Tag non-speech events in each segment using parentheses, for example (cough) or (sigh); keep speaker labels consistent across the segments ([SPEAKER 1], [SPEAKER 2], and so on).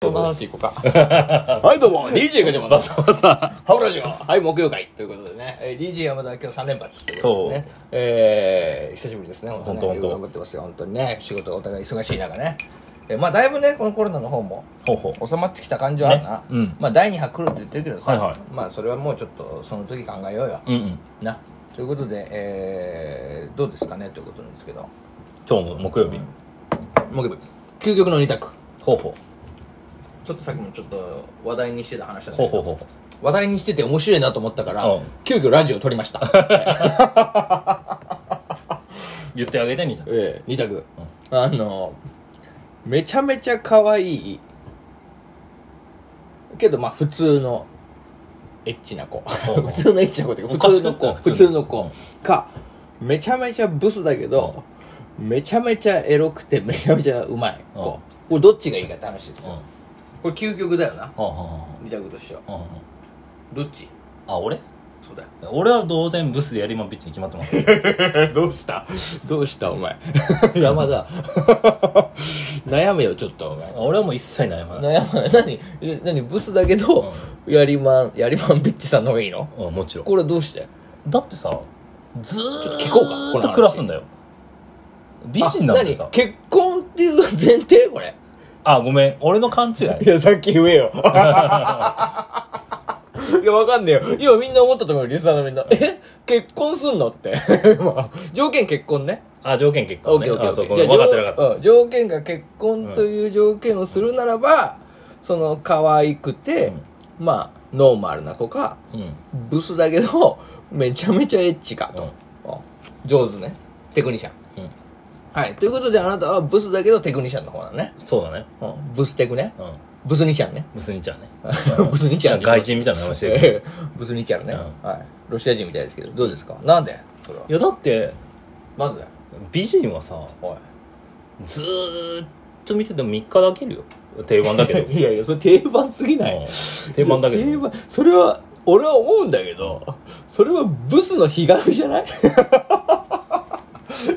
[SPEAKER 1] そんな話いこうか。はい、どうも、DJ がじゃまだ。ハブラジオ。はい、木曜会。ということでね、えー DJ はまだ今日3連発ということでね。えー、久しぶりですね、本ね
[SPEAKER 2] 本当本当
[SPEAKER 1] 頑張ってますよ、本当にね。仕事お互い忙しい中ね。えーまあ、だいぶね、このコロナの方も
[SPEAKER 2] ほうほう
[SPEAKER 1] 収まってきた感じはあるな。
[SPEAKER 2] ねうん
[SPEAKER 1] まあ、第2波来るって言ってるけどさ、
[SPEAKER 2] はいはい
[SPEAKER 1] まあ、それはもうちょっと、その時考えようよ。
[SPEAKER 2] うんうん
[SPEAKER 1] な。ということで、えー、どうですかねということなんですけど。
[SPEAKER 2] 今日も木曜日、
[SPEAKER 1] 木曜日、究極の2択。
[SPEAKER 2] ほうほ
[SPEAKER 1] ちょっとさっきもちょっと話題にしてた話だ
[SPEAKER 2] う
[SPEAKER 1] ね。
[SPEAKER 2] ほうほうほ
[SPEAKER 1] 話題にしてて面白いなと思ったから、
[SPEAKER 2] うん
[SPEAKER 1] 急遽ラジオ撮りました。
[SPEAKER 2] (laughs) う言ってあげてみたい
[SPEAKER 1] ええ、二択。あの、めちゃめちゃ可愛い、けどまあ普通のエッチな子。
[SPEAKER 2] うん
[SPEAKER 1] (laughs) 普通のエッチな子っていうか、普通
[SPEAKER 2] 昔か
[SPEAKER 1] の
[SPEAKER 2] ら
[SPEAKER 1] 子。普
[SPEAKER 2] 普
[SPEAKER 1] 通
[SPEAKER 2] 通
[SPEAKER 1] の
[SPEAKER 2] の
[SPEAKER 1] 子。か、めちゃめちゃブスだけど、めちゃめちゃエロくてめちゃめちゃうまい子。
[SPEAKER 2] うん
[SPEAKER 1] これどっちがいいかって話です
[SPEAKER 2] うん
[SPEAKER 1] よ。これ究極だよな。
[SPEAKER 2] ほうほうほ
[SPEAKER 1] 二択としては。
[SPEAKER 2] うほうほう
[SPEAKER 1] どっち
[SPEAKER 2] あ俺
[SPEAKER 1] そうだよ。
[SPEAKER 2] 俺は当然ブスでやりまんピッチに決まってます (laughs) よ
[SPEAKER 1] どうしたどうしたお前 (laughs) 山田 (laughs) 悩めよちょっとお前
[SPEAKER 2] 俺はもう一切悩まない、
[SPEAKER 1] 悩まない何え何ブスだけど、やりまんやりまんビッチさんの方がいいの
[SPEAKER 2] うん、もちろん
[SPEAKER 1] これどうして
[SPEAKER 2] だってさずー
[SPEAKER 1] ちょっと聞こうかこ
[SPEAKER 2] っ
[SPEAKER 1] の
[SPEAKER 2] と
[SPEAKER 1] 話
[SPEAKER 2] 暮らすんだよ美人なんで
[SPEAKER 1] あ
[SPEAKER 2] さ
[SPEAKER 1] 何結婚っていう前提これ
[SPEAKER 2] あごめん俺の勘違 (laughs) い
[SPEAKER 1] やさっき言え (laughs) よいやわかんねえよ今みんな思ったと思うよリスナーのみんなえ結婚すんのって (laughs) まあ条件結婚ね
[SPEAKER 2] あ条件結
[SPEAKER 1] オ
[SPEAKER 2] 構
[SPEAKER 1] ッ
[SPEAKER 2] ね
[SPEAKER 1] ケーオッケー
[SPEAKER 2] あそう
[SPEAKER 1] オッ
[SPEAKER 2] ご
[SPEAKER 1] ケ
[SPEAKER 2] め
[SPEAKER 1] ー
[SPEAKER 2] ん分かってなかった
[SPEAKER 1] うん条件が結婚という条件をするならば、その可愛くて、まあノーマルな子か
[SPEAKER 2] うん
[SPEAKER 1] ブスだけどめちゃめちゃエッチかと、うん上手ねテクニシャン
[SPEAKER 2] うん
[SPEAKER 1] はいということであなたはブスだけどテクニシャンの方だね、
[SPEAKER 2] そうだね
[SPEAKER 1] うんブステクね
[SPEAKER 2] うん
[SPEAKER 1] ブスニちゃんね
[SPEAKER 2] ブス兄ちゃんね
[SPEAKER 1] (laughs) ブスニちゃん
[SPEAKER 2] 外人みたいな名前して (laughs) る
[SPEAKER 1] ブスニちゃんね、
[SPEAKER 2] う
[SPEAKER 1] はいロシア人みたいですけどどうですかなんでそれはい
[SPEAKER 2] やだって
[SPEAKER 1] なんでだよ
[SPEAKER 2] 美人はさ
[SPEAKER 1] おい
[SPEAKER 2] ずーっと見てても3日で飽きるよ定番だ (laughs) けど
[SPEAKER 1] いやいやそれ定番すぎない、
[SPEAKER 2] うん定番だけ
[SPEAKER 1] 定
[SPEAKER 2] ど
[SPEAKER 1] 番それは俺は思うんだけどそれはブスの悲願じゃない (laughs)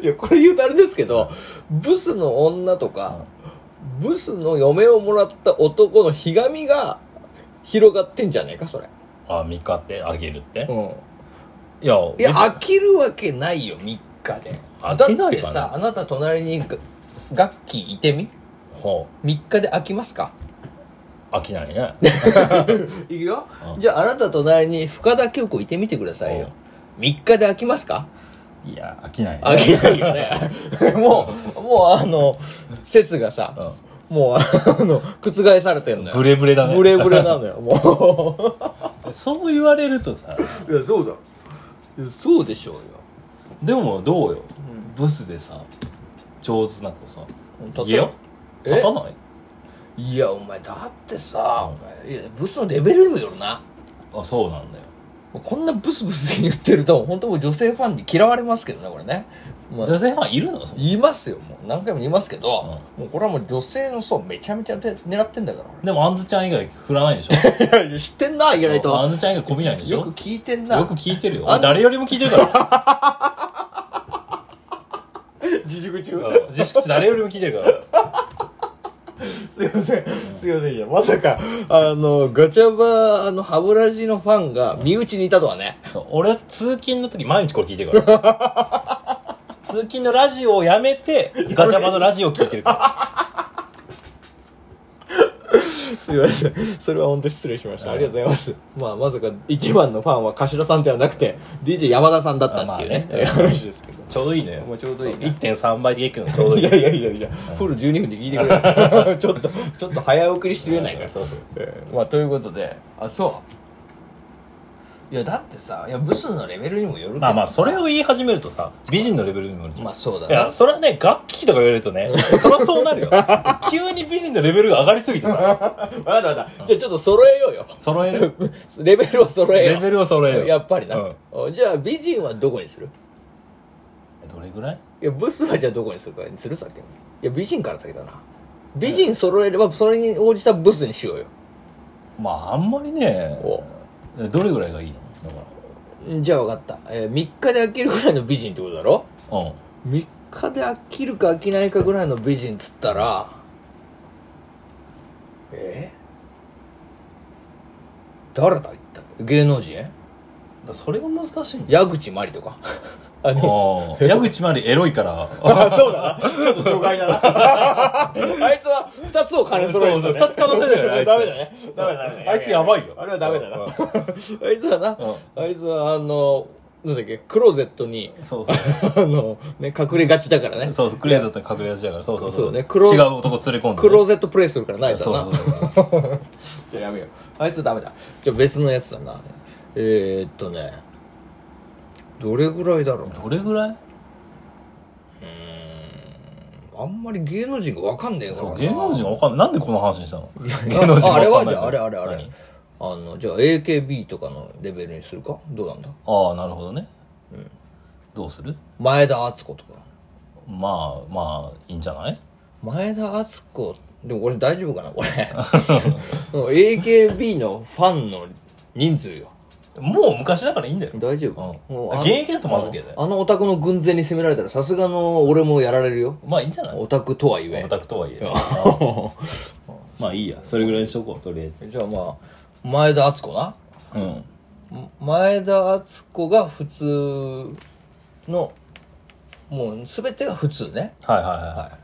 [SPEAKER 1] いやこれ言うとあれですけどブスの女とかブスの嫁をもらった男のひがみが広がってんじゃねえかそれ、
[SPEAKER 2] あ3日ってあげるって
[SPEAKER 1] うん、
[SPEAKER 2] いや
[SPEAKER 1] いや飽きるわけないよ3日で
[SPEAKER 2] 飽き
[SPEAKER 1] だっ
[SPEAKER 2] ないかな
[SPEAKER 1] てさあなた隣にガッキーいてみ
[SPEAKER 2] ほ
[SPEAKER 1] 3日で飽きますか
[SPEAKER 2] う飽きないね
[SPEAKER 1] (laughs) いくよ
[SPEAKER 2] うん
[SPEAKER 1] じゃああなた隣に深田恭子いてみてくださいよ3日で飽きますか
[SPEAKER 2] (laughs) いや飽きないね
[SPEAKER 1] 飽きないよね (laughs) もうもうあの説が
[SPEAKER 2] う
[SPEAKER 1] さ
[SPEAKER 2] ん、
[SPEAKER 1] もうあの覆されてんのよ
[SPEAKER 2] ブレブレだね
[SPEAKER 1] ブレブレな (laughs) のよも
[SPEAKER 2] そう言われるとさ
[SPEAKER 1] ういやそうだそうでしょうよ
[SPEAKER 2] でもどうよ、ブスでさ上手な子さ
[SPEAKER 1] 例え
[SPEAKER 2] いや
[SPEAKER 1] え
[SPEAKER 2] 立たない
[SPEAKER 1] いやお前だってさお前いやブスのレベルにもよるな
[SPEAKER 2] あそうなんだよ
[SPEAKER 1] もうこんなブスブス言ってると本当もう女性ファンに嫌われますけどねこれねまあ
[SPEAKER 2] 女性ファンいるのそれ
[SPEAKER 1] 言いますよもう何回も言いますけど、もうこれはもう女性の層めちゃめちゃて狙ってんだか
[SPEAKER 2] でもあんずちゃん以外振らないでしょ
[SPEAKER 1] らいや知ってん (laughs) な意外
[SPEAKER 2] あ
[SPEAKER 1] と
[SPEAKER 2] んずちゃん以外こびないでしょ
[SPEAKER 1] よく聞いてんな
[SPEAKER 2] よく聞いてるよ
[SPEAKER 1] あんず
[SPEAKER 2] 誰よりも聞いてるから
[SPEAKER 1] (laughs) 自粛中
[SPEAKER 2] (laughs) うん自粛地誰よりも聞いてるから
[SPEAKER 1] すいませんすいませんいやまさかあのガチャバあの歯ブラシのファンが身内にいたとはね
[SPEAKER 2] そう俺通勤の時毎日これ聞いてるから
[SPEAKER 1] (laughs)
[SPEAKER 2] 通勤のラジオをやめてガチャバのラジオを聞いてるか
[SPEAKER 1] すいません (laughs) それは本当に失礼しましたありがとうございますまあまさか一番のファンは頭さんではなくて DJ 山田さんだったっていうね,、
[SPEAKER 2] あまあね
[SPEAKER 1] 話ですけど
[SPEAKER 2] らちょうどいいね
[SPEAKER 1] もうちょうどいいね
[SPEAKER 2] 1.3倍で聞くのちょうどい
[SPEAKER 1] い
[SPEAKER 2] い
[SPEAKER 1] やいやいやいや、フル12分で聞いてくれよ (laughs) ちょっと、ちょっと早送りしてくれないから。
[SPEAKER 2] そうそう
[SPEAKER 1] えーまあ、ということで、あ、そう。いや、だってさ、いや、ブスのレベルにもよるけど
[SPEAKER 2] まあまあそれを言い始めるとさ美人のレベルにもよるじゃん
[SPEAKER 1] まあそうだ
[SPEAKER 2] い
[SPEAKER 1] ね
[SPEAKER 2] や、。それはね、楽器とか言われるとね、
[SPEAKER 1] (laughs)
[SPEAKER 2] そりゃそうなるよ。急に美人のレベルが上がりすぎてさ、
[SPEAKER 1] わかったわかった。じゃあちょっと揃えようよ。
[SPEAKER 2] 揃える。
[SPEAKER 1] レベルを揃えよう。
[SPEAKER 2] レベルを揃えよう
[SPEAKER 1] やっぱりな。
[SPEAKER 2] うん
[SPEAKER 1] おじゃあ、美人はどこにする
[SPEAKER 2] どれぐらい
[SPEAKER 1] いや、ブスはじゃあどこにするかにするさっきの。いや、美人から先だな。美人揃えれば、それに応じたブスにしようよ。
[SPEAKER 2] まあ、あんまりね、
[SPEAKER 1] お
[SPEAKER 2] どれぐらいがいいのだか
[SPEAKER 1] じゃあ分かった。えー、3日で飽きるぐらいの美人ってことだろ
[SPEAKER 2] ら。うん。
[SPEAKER 1] 3日で飽きるか飽きないかぐらいの美人っつったらえ誰だ一体芸能人
[SPEAKER 2] だそれが難しいんだ
[SPEAKER 1] 矢口真理とかあでも (laughs)
[SPEAKER 2] よ (laughs) ああ矢口までエロいから
[SPEAKER 1] あそうだなちょっと除外だな (laughs) あいつは二つを兼ね揃えてた、ね、
[SPEAKER 2] そうそう二つ可能性だよねあいつ
[SPEAKER 1] ダメだねダメだね
[SPEAKER 2] あいつやばいよ
[SPEAKER 1] あれはダメだな
[SPEAKER 2] うん
[SPEAKER 1] あいつはなあいつはあのなんだっけクローゼットに (laughs)
[SPEAKER 2] そうそう
[SPEAKER 1] あのね隠れがちだからね
[SPEAKER 2] そうそうクレーザーって隠れ味だからそうそうそう
[SPEAKER 1] そうね黒
[SPEAKER 2] 違う男連れ込んでね、
[SPEAKER 1] クローゼットプレイするからなあいつ
[SPEAKER 2] そう
[SPEAKER 1] はな
[SPEAKER 2] そう
[SPEAKER 1] (laughs)
[SPEAKER 2] そう
[SPEAKER 1] じゃあやめようあいつダメだじゃあ別のやつだなえー、っとねどれぐらいだろう
[SPEAKER 2] どれぐらい
[SPEAKER 1] あんまり芸能人がわかんねえから
[SPEAKER 2] そ
[SPEAKER 1] な
[SPEAKER 2] う芸能人わかんないなんでこの話にしたの芸能人
[SPEAKER 1] ああれ
[SPEAKER 2] わ
[SPEAKER 1] は
[SPEAKER 2] かん
[SPEAKER 1] じ
[SPEAKER 2] な
[SPEAKER 1] ゃ
[SPEAKER 2] い
[SPEAKER 1] ああれあれあれ
[SPEAKER 2] 何
[SPEAKER 1] あのじゃあ AKB とかのレベルにするかどうなんだ
[SPEAKER 2] ああなるほどね、どうする
[SPEAKER 1] 前田敦子とか
[SPEAKER 2] まあまあいいんじゃない
[SPEAKER 1] 前田敦子でも俺大丈夫かな
[SPEAKER 2] (laughs)
[SPEAKER 1] これもう AKB のファンの人数よ
[SPEAKER 2] もう昔だからいいんだよ
[SPEAKER 1] 大丈夫、
[SPEAKER 2] うん
[SPEAKER 1] もうあの
[SPEAKER 2] 現役だとまずいけどね
[SPEAKER 1] あのオタクの軍勢に攻められたらさすがの俺もやられるよ
[SPEAKER 2] まあいいんじゃない
[SPEAKER 1] オタクとは言え
[SPEAKER 2] オタクとはいえまあいいやそれぐらいにしとこうとりあえず
[SPEAKER 1] じゃあまあ前田敦子な
[SPEAKER 2] うん
[SPEAKER 1] 前田敦子が普通のもう全てが普通ね
[SPEAKER 2] はいはいはい、は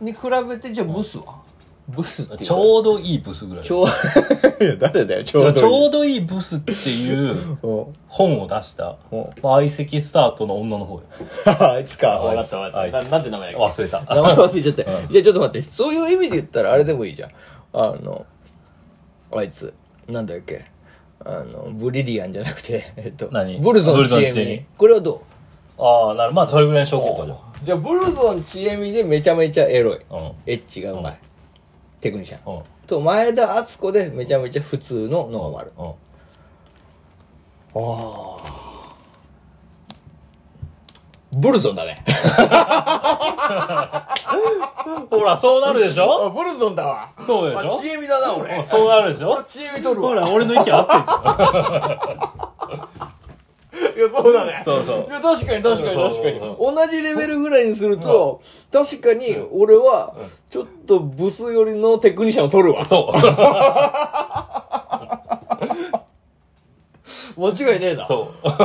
[SPEAKER 1] に比べてじゃあブスは、ブスっていう
[SPEAKER 2] い、
[SPEAKER 1] か
[SPEAKER 2] ちょうどいいブスぐらい
[SPEAKER 1] ちょう (laughs) いや誰だよちょ
[SPEAKER 2] ちょうどいいブスっていう
[SPEAKER 1] う
[SPEAKER 2] 本を出した
[SPEAKER 1] うん
[SPEAKER 2] 相席スタートの女の方よ
[SPEAKER 1] (laughs) あいつか
[SPEAKER 2] あいつあいつ
[SPEAKER 1] んで名前っ
[SPEAKER 2] 忘れた
[SPEAKER 1] け名前忘れちゃって、じゃあちょっと待ってそういう意味で言ったらあれでもいいじゃんあのあいつなんだっけあのブリリアンじゃなくて (laughs) えっと
[SPEAKER 2] 何
[SPEAKER 1] ブルゾ
[SPEAKER 2] ブ
[SPEAKER 1] ン
[SPEAKER 2] ルゾン
[SPEAKER 1] ちえ
[SPEAKER 2] ちえ
[SPEAKER 1] み
[SPEAKER 2] み
[SPEAKER 1] これはどう
[SPEAKER 2] ああなるまあそれぐらいにしとこうかじゃあ
[SPEAKER 1] じゃあブルゾンちえみでめちゃめちゃエロい、
[SPEAKER 2] うん
[SPEAKER 1] エッチがうまい、テクニシャン、
[SPEAKER 2] うん
[SPEAKER 1] と前田敦子でめちゃめちゃ普通のノーマル、
[SPEAKER 2] うん
[SPEAKER 1] ブルゾンだね
[SPEAKER 2] ほらそうなるでし
[SPEAKER 1] (laughs)
[SPEAKER 2] ょ
[SPEAKER 1] あブルゾンだわ
[SPEAKER 2] そうでし
[SPEAKER 1] あ
[SPEAKER 2] ょ
[SPEAKER 1] ちえみだな俺
[SPEAKER 2] うんそうなるでしょ
[SPEAKER 1] 俺ちえみ取るわ
[SPEAKER 2] ほら俺の意見合ってるでしょ
[SPEAKER 1] いや、そうだね。
[SPEAKER 2] そうそう
[SPEAKER 1] いや、確かに確かに
[SPEAKER 2] そう
[SPEAKER 1] 確
[SPEAKER 2] そう
[SPEAKER 1] かに。同じレベルぐらいにすると、確かに俺は、ちょっとブス寄りのテクニシャンを取るわ。
[SPEAKER 2] (laughs) そう。
[SPEAKER 1] 間違いねえな。う。
[SPEAKER 2] そ
[SPEAKER 1] おー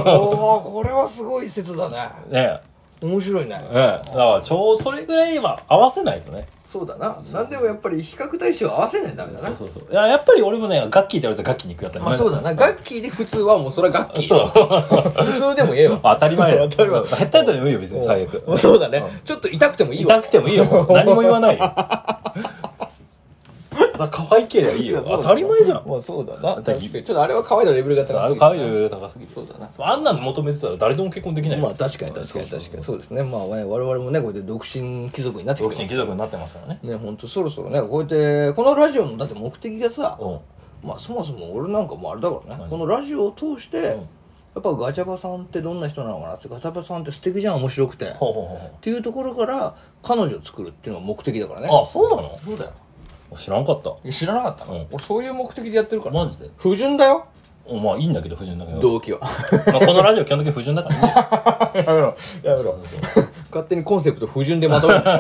[SPEAKER 1] これはすごい説だね。
[SPEAKER 2] う。ね
[SPEAKER 1] 面白いね
[SPEAKER 2] え。。ねえ。だから、ちょう、それぐらいは合わせないとね。
[SPEAKER 1] そうだな。なんでもやっぱり比較対象を合わせないとダメだ
[SPEAKER 2] そう
[SPEAKER 1] な。
[SPEAKER 2] そうそう。いや、やっぱり俺もね、ガッキーって言われたらガッキーに行くやったね
[SPEAKER 1] まあそうだ。な。ガッキーで普通はもうそれはガッキー。
[SPEAKER 2] そう。
[SPEAKER 1] 普通でもええわ。
[SPEAKER 2] 当たり前だよ。
[SPEAKER 1] 当たり前
[SPEAKER 2] 下手だでもいいよ、別に (laughs) 最悪。
[SPEAKER 1] もうそうだね。ちょっと痛くてもいいわ。
[SPEAKER 2] 痛くてもいいよ、もう何も言わ (laughs) ないよ。さ、可愛ければいいよ。当たり前じゃん。
[SPEAKER 1] まあそうだな。確
[SPEAKER 2] 当た
[SPEAKER 1] か
[SPEAKER 2] り
[SPEAKER 1] に。ちょっとあれは可愛いのレベルが高
[SPEAKER 2] あ
[SPEAKER 1] す
[SPEAKER 2] の
[SPEAKER 1] ぎ
[SPEAKER 2] 可愛いよ、高すぎる。
[SPEAKER 1] そうだな。
[SPEAKER 2] あんなの求めてたら誰でも結婚できない
[SPEAKER 1] まあ
[SPEAKER 2] よ。
[SPEAKER 1] 確かに確かに確かにそうですねまあ我々もねこうやって独身貴族になってき
[SPEAKER 2] 独
[SPEAKER 1] て
[SPEAKER 2] 身
[SPEAKER 1] ま
[SPEAKER 2] 貴族になってますからね。
[SPEAKER 1] すね本当そろそろねこうやってこのラジオのだって目的がさ
[SPEAKER 2] うん。
[SPEAKER 1] まあそもそも俺なんかもあれだからねこのラジオを通してやっぱガチャバさんってどんな人なのかなってガチャバさんって素敵じゃん面白くてっ
[SPEAKER 2] ほうほうほ
[SPEAKER 1] ていうところから彼女を作るっていうのが目的だからね
[SPEAKER 2] う。あ、そうなの
[SPEAKER 1] そうだよ
[SPEAKER 2] 知らんかった。
[SPEAKER 1] いや知らなかった
[SPEAKER 2] う
[SPEAKER 1] の
[SPEAKER 2] ん
[SPEAKER 1] 俺そういう目的でやってるから
[SPEAKER 2] マジで。
[SPEAKER 1] 不純だよ
[SPEAKER 2] うんまあいいんだけど、不純だけど。
[SPEAKER 1] 動
[SPEAKER 2] (laughs)
[SPEAKER 1] 機は
[SPEAKER 2] まあこのラジオ基本的に不純だから (laughs) いいんだよ
[SPEAKER 1] やめろやめろ (laughs) 勝手にコンセプト不純でまとめるか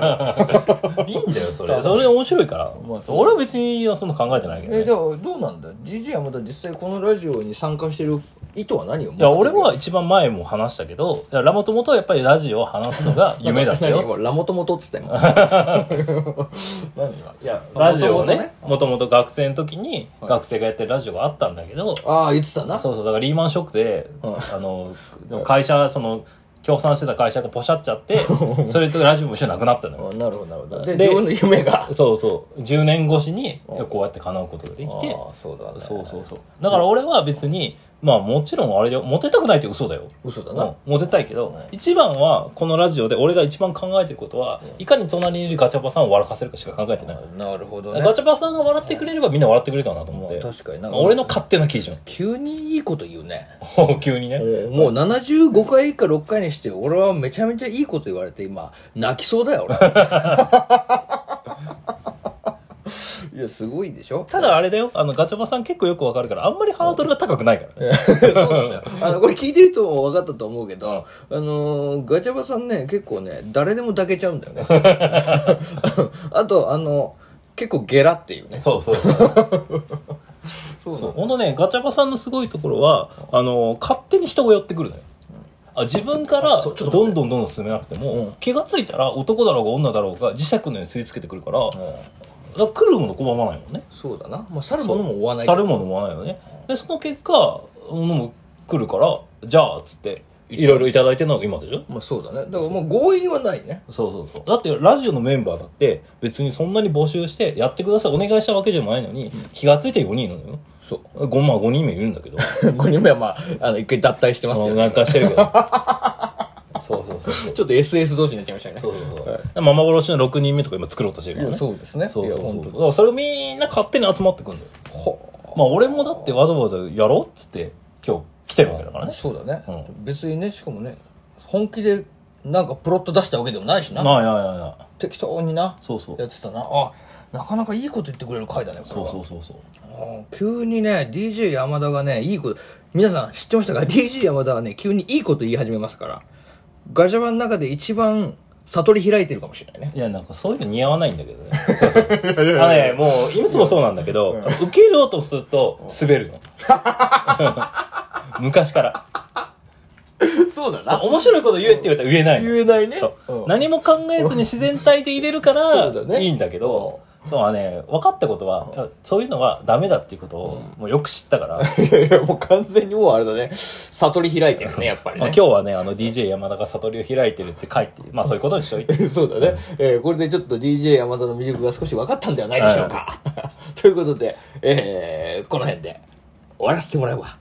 [SPEAKER 1] ら
[SPEAKER 2] いいんだよ、それ。それ面白いから。俺は別にそんな考えてないけど、
[SPEAKER 1] え
[SPEAKER 2] ね。
[SPEAKER 1] じゃあどうなんだ ?GG はまだ実際このラジオに参加してる意図は何を
[SPEAKER 2] いや、俺は一番前も話したけど、いやラモトモとはやっぱりラジオを話すの (laughs) が夢だったよ。つっ
[SPEAKER 1] 何
[SPEAKER 2] て
[SPEAKER 1] ラモトモトっつった
[SPEAKER 2] (laughs)
[SPEAKER 1] 今何今いや
[SPEAKER 2] ラジオをね
[SPEAKER 1] 元、
[SPEAKER 2] もともと学生の時に学生がやってるラジオがあったんだけど、
[SPEAKER 1] 々ねああ言ってたな
[SPEAKER 2] そうそう、だからリーマンショックで、あの、でも会社、その、協賛してた会社がポシャっちゃって、それとラジオも一緒になくなったのよ。
[SPEAKER 1] あなるほどなるほどで
[SPEAKER 2] で
[SPEAKER 1] 自分の夢が
[SPEAKER 2] そうそう。10年越しに、こうやって叶うことができて、
[SPEAKER 1] ああそうだね
[SPEAKER 2] そうそうそう。だから俺は別に、まあもちろんあれだよ、モテたくないって嘘だよ。
[SPEAKER 1] 嘘だな、
[SPEAKER 2] うん、モテたいけど、一番はこのラジオで俺が一番考えてることは、いかに隣にいるガチャバさんを笑かせるかしか考えてない。
[SPEAKER 1] なるほどね
[SPEAKER 2] ガチャバさんが笑ってくれればみんな笑ってくれるかなと思って。
[SPEAKER 1] まあ確かにな
[SPEAKER 2] まあ俺の勝手な基準。
[SPEAKER 1] 急にいいこと言うね
[SPEAKER 2] (laughs) 急にね。
[SPEAKER 1] もう75回か6回にして俺はめちゃめちゃいいこと言われて今泣きそうだ
[SPEAKER 2] (laughs)
[SPEAKER 1] よ俺いやすごいでしょ
[SPEAKER 2] ただあれだよ、あのガチャバさん結構よくわかるから、あんまりハードルが高くないからね。
[SPEAKER 1] そうなんだよあのこれ聞いてる人も分かったと思うけど、あのーガチャバ
[SPEAKER 2] (laughs)
[SPEAKER 1] さんね結構ね誰でも抱けちゃうんだよねあとあの結構ゲラっていうね。
[SPEAKER 2] そうそう (laughs) そう。
[SPEAKER 1] そ
[SPEAKER 2] そうほんとね、ガチャバさんのすごいところは、あの、勝手に人が寄ってくるのよ。あ自分から
[SPEAKER 1] あそ
[SPEAKER 2] ど
[SPEAKER 1] うちょっと待っ
[SPEAKER 2] んどんどんどん進めなくても、
[SPEAKER 1] うん
[SPEAKER 2] 気がついたら男だろうが女だろうが磁石のように吸い付けてくるから,、だから来るもの拒まないもんね
[SPEAKER 1] そうだな。まあ、去るものも追わない
[SPEAKER 2] 去
[SPEAKER 1] から
[SPEAKER 2] るものもないよねでその結果物も来るからじゃあっつっていろいろいただいてるのが今でしょ
[SPEAKER 1] まあ、そうだね。だからもう強引はない
[SPEAKER 2] (laughs)
[SPEAKER 1] ね。
[SPEAKER 2] そうそうそうだってラジオのメンバーだって別にそんなに募集してやってくださいお願いしたわけじゃないのに、気がついて4人なのよ
[SPEAKER 1] そう。
[SPEAKER 2] 5まあ5人目いるんだけど
[SPEAKER 1] 5人目はまあ、あの、一回脱退してますけど、
[SPEAKER 2] なんかしてるけ
[SPEAKER 1] (laughs)
[SPEAKER 2] どそうそうそうそう
[SPEAKER 1] ちょっと SS 同士になっちゃいましたね。
[SPEAKER 2] そうそうそう。ママ殺しの6人目とか今作ろうとしてるからね。
[SPEAKER 1] いやそうですね
[SPEAKER 2] そうそう
[SPEAKER 1] いや
[SPEAKER 2] そう。
[SPEAKER 1] 本当
[SPEAKER 2] だ
[SPEAKER 1] です
[SPEAKER 2] からそれみんな勝手に集まってくんだよ。
[SPEAKER 1] ほ
[SPEAKER 2] まあ俺もだってわざわざやろうっつって今日来てるわけだからね。
[SPEAKER 1] そうだね、
[SPEAKER 2] う
[SPEAKER 1] 別にね、しかもね、本気でなんかプロット出したわけでもないしな。
[SPEAKER 2] ないないないない。
[SPEAKER 1] 適当にな。
[SPEAKER 2] そうそう
[SPEAKER 1] やってたな。あ、なかなかいいこと言ってくれる回だね、これ
[SPEAKER 2] そ
[SPEAKER 1] は
[SPEAKER 2] うそうそうそう。
[SPEAKER 1] あー急にね、DJ 山田がね、いいこと、皆さん知ってましたか ?DJ 山田はね、急にいいこと言い始めますから、ガジャバの中で一番悟り開いてるかもしれないね。
[SPEAKER 2] いやなんかそういうの似合わないんだ
[SPEAKER 1] (laughs)
[SPEAKER 2] けどね。そうそうあのね、もう、いつもそうなんだけど、受けようとすると滑るの。 (laughs) 昔から。
[SPEAKER 1] そうだ
[SPEAKER 2] そう。面白いこと言えって言われたら言えないの。
[SPEAKER 1] 言えないね
[SPEAKER 2] そ。う
[SPEAKER 1] うん
[SPEAKER 2] 何も考えずに自然体で入れるか
[SPEAKER 1] そう
[SPEAKER 2] ら
[SPEAKER 1] だね
[SPEAKER 2] いいんだけど、そうはね、分かったことは、いやそういうのはダメだっていうことをもうよく知ったから、
[SPEAKER 1] いやいや、もう完全にもうあれだね、悟り開いてるね、やっぱり
[SPEAKER 2] まあ、
[SPEAKER 1] ね
[SPEAKER 2] 今。日はね、あの DJ 山田が悟りを開いてるって書いて、まあそういうことにしといて。
[SPEAKER 1] そうだね、えーこれでちょっと DJ 山田の魅力が少し分かったんではないでしょうか。ということで、えーこの辺で終わらせてもらうわ。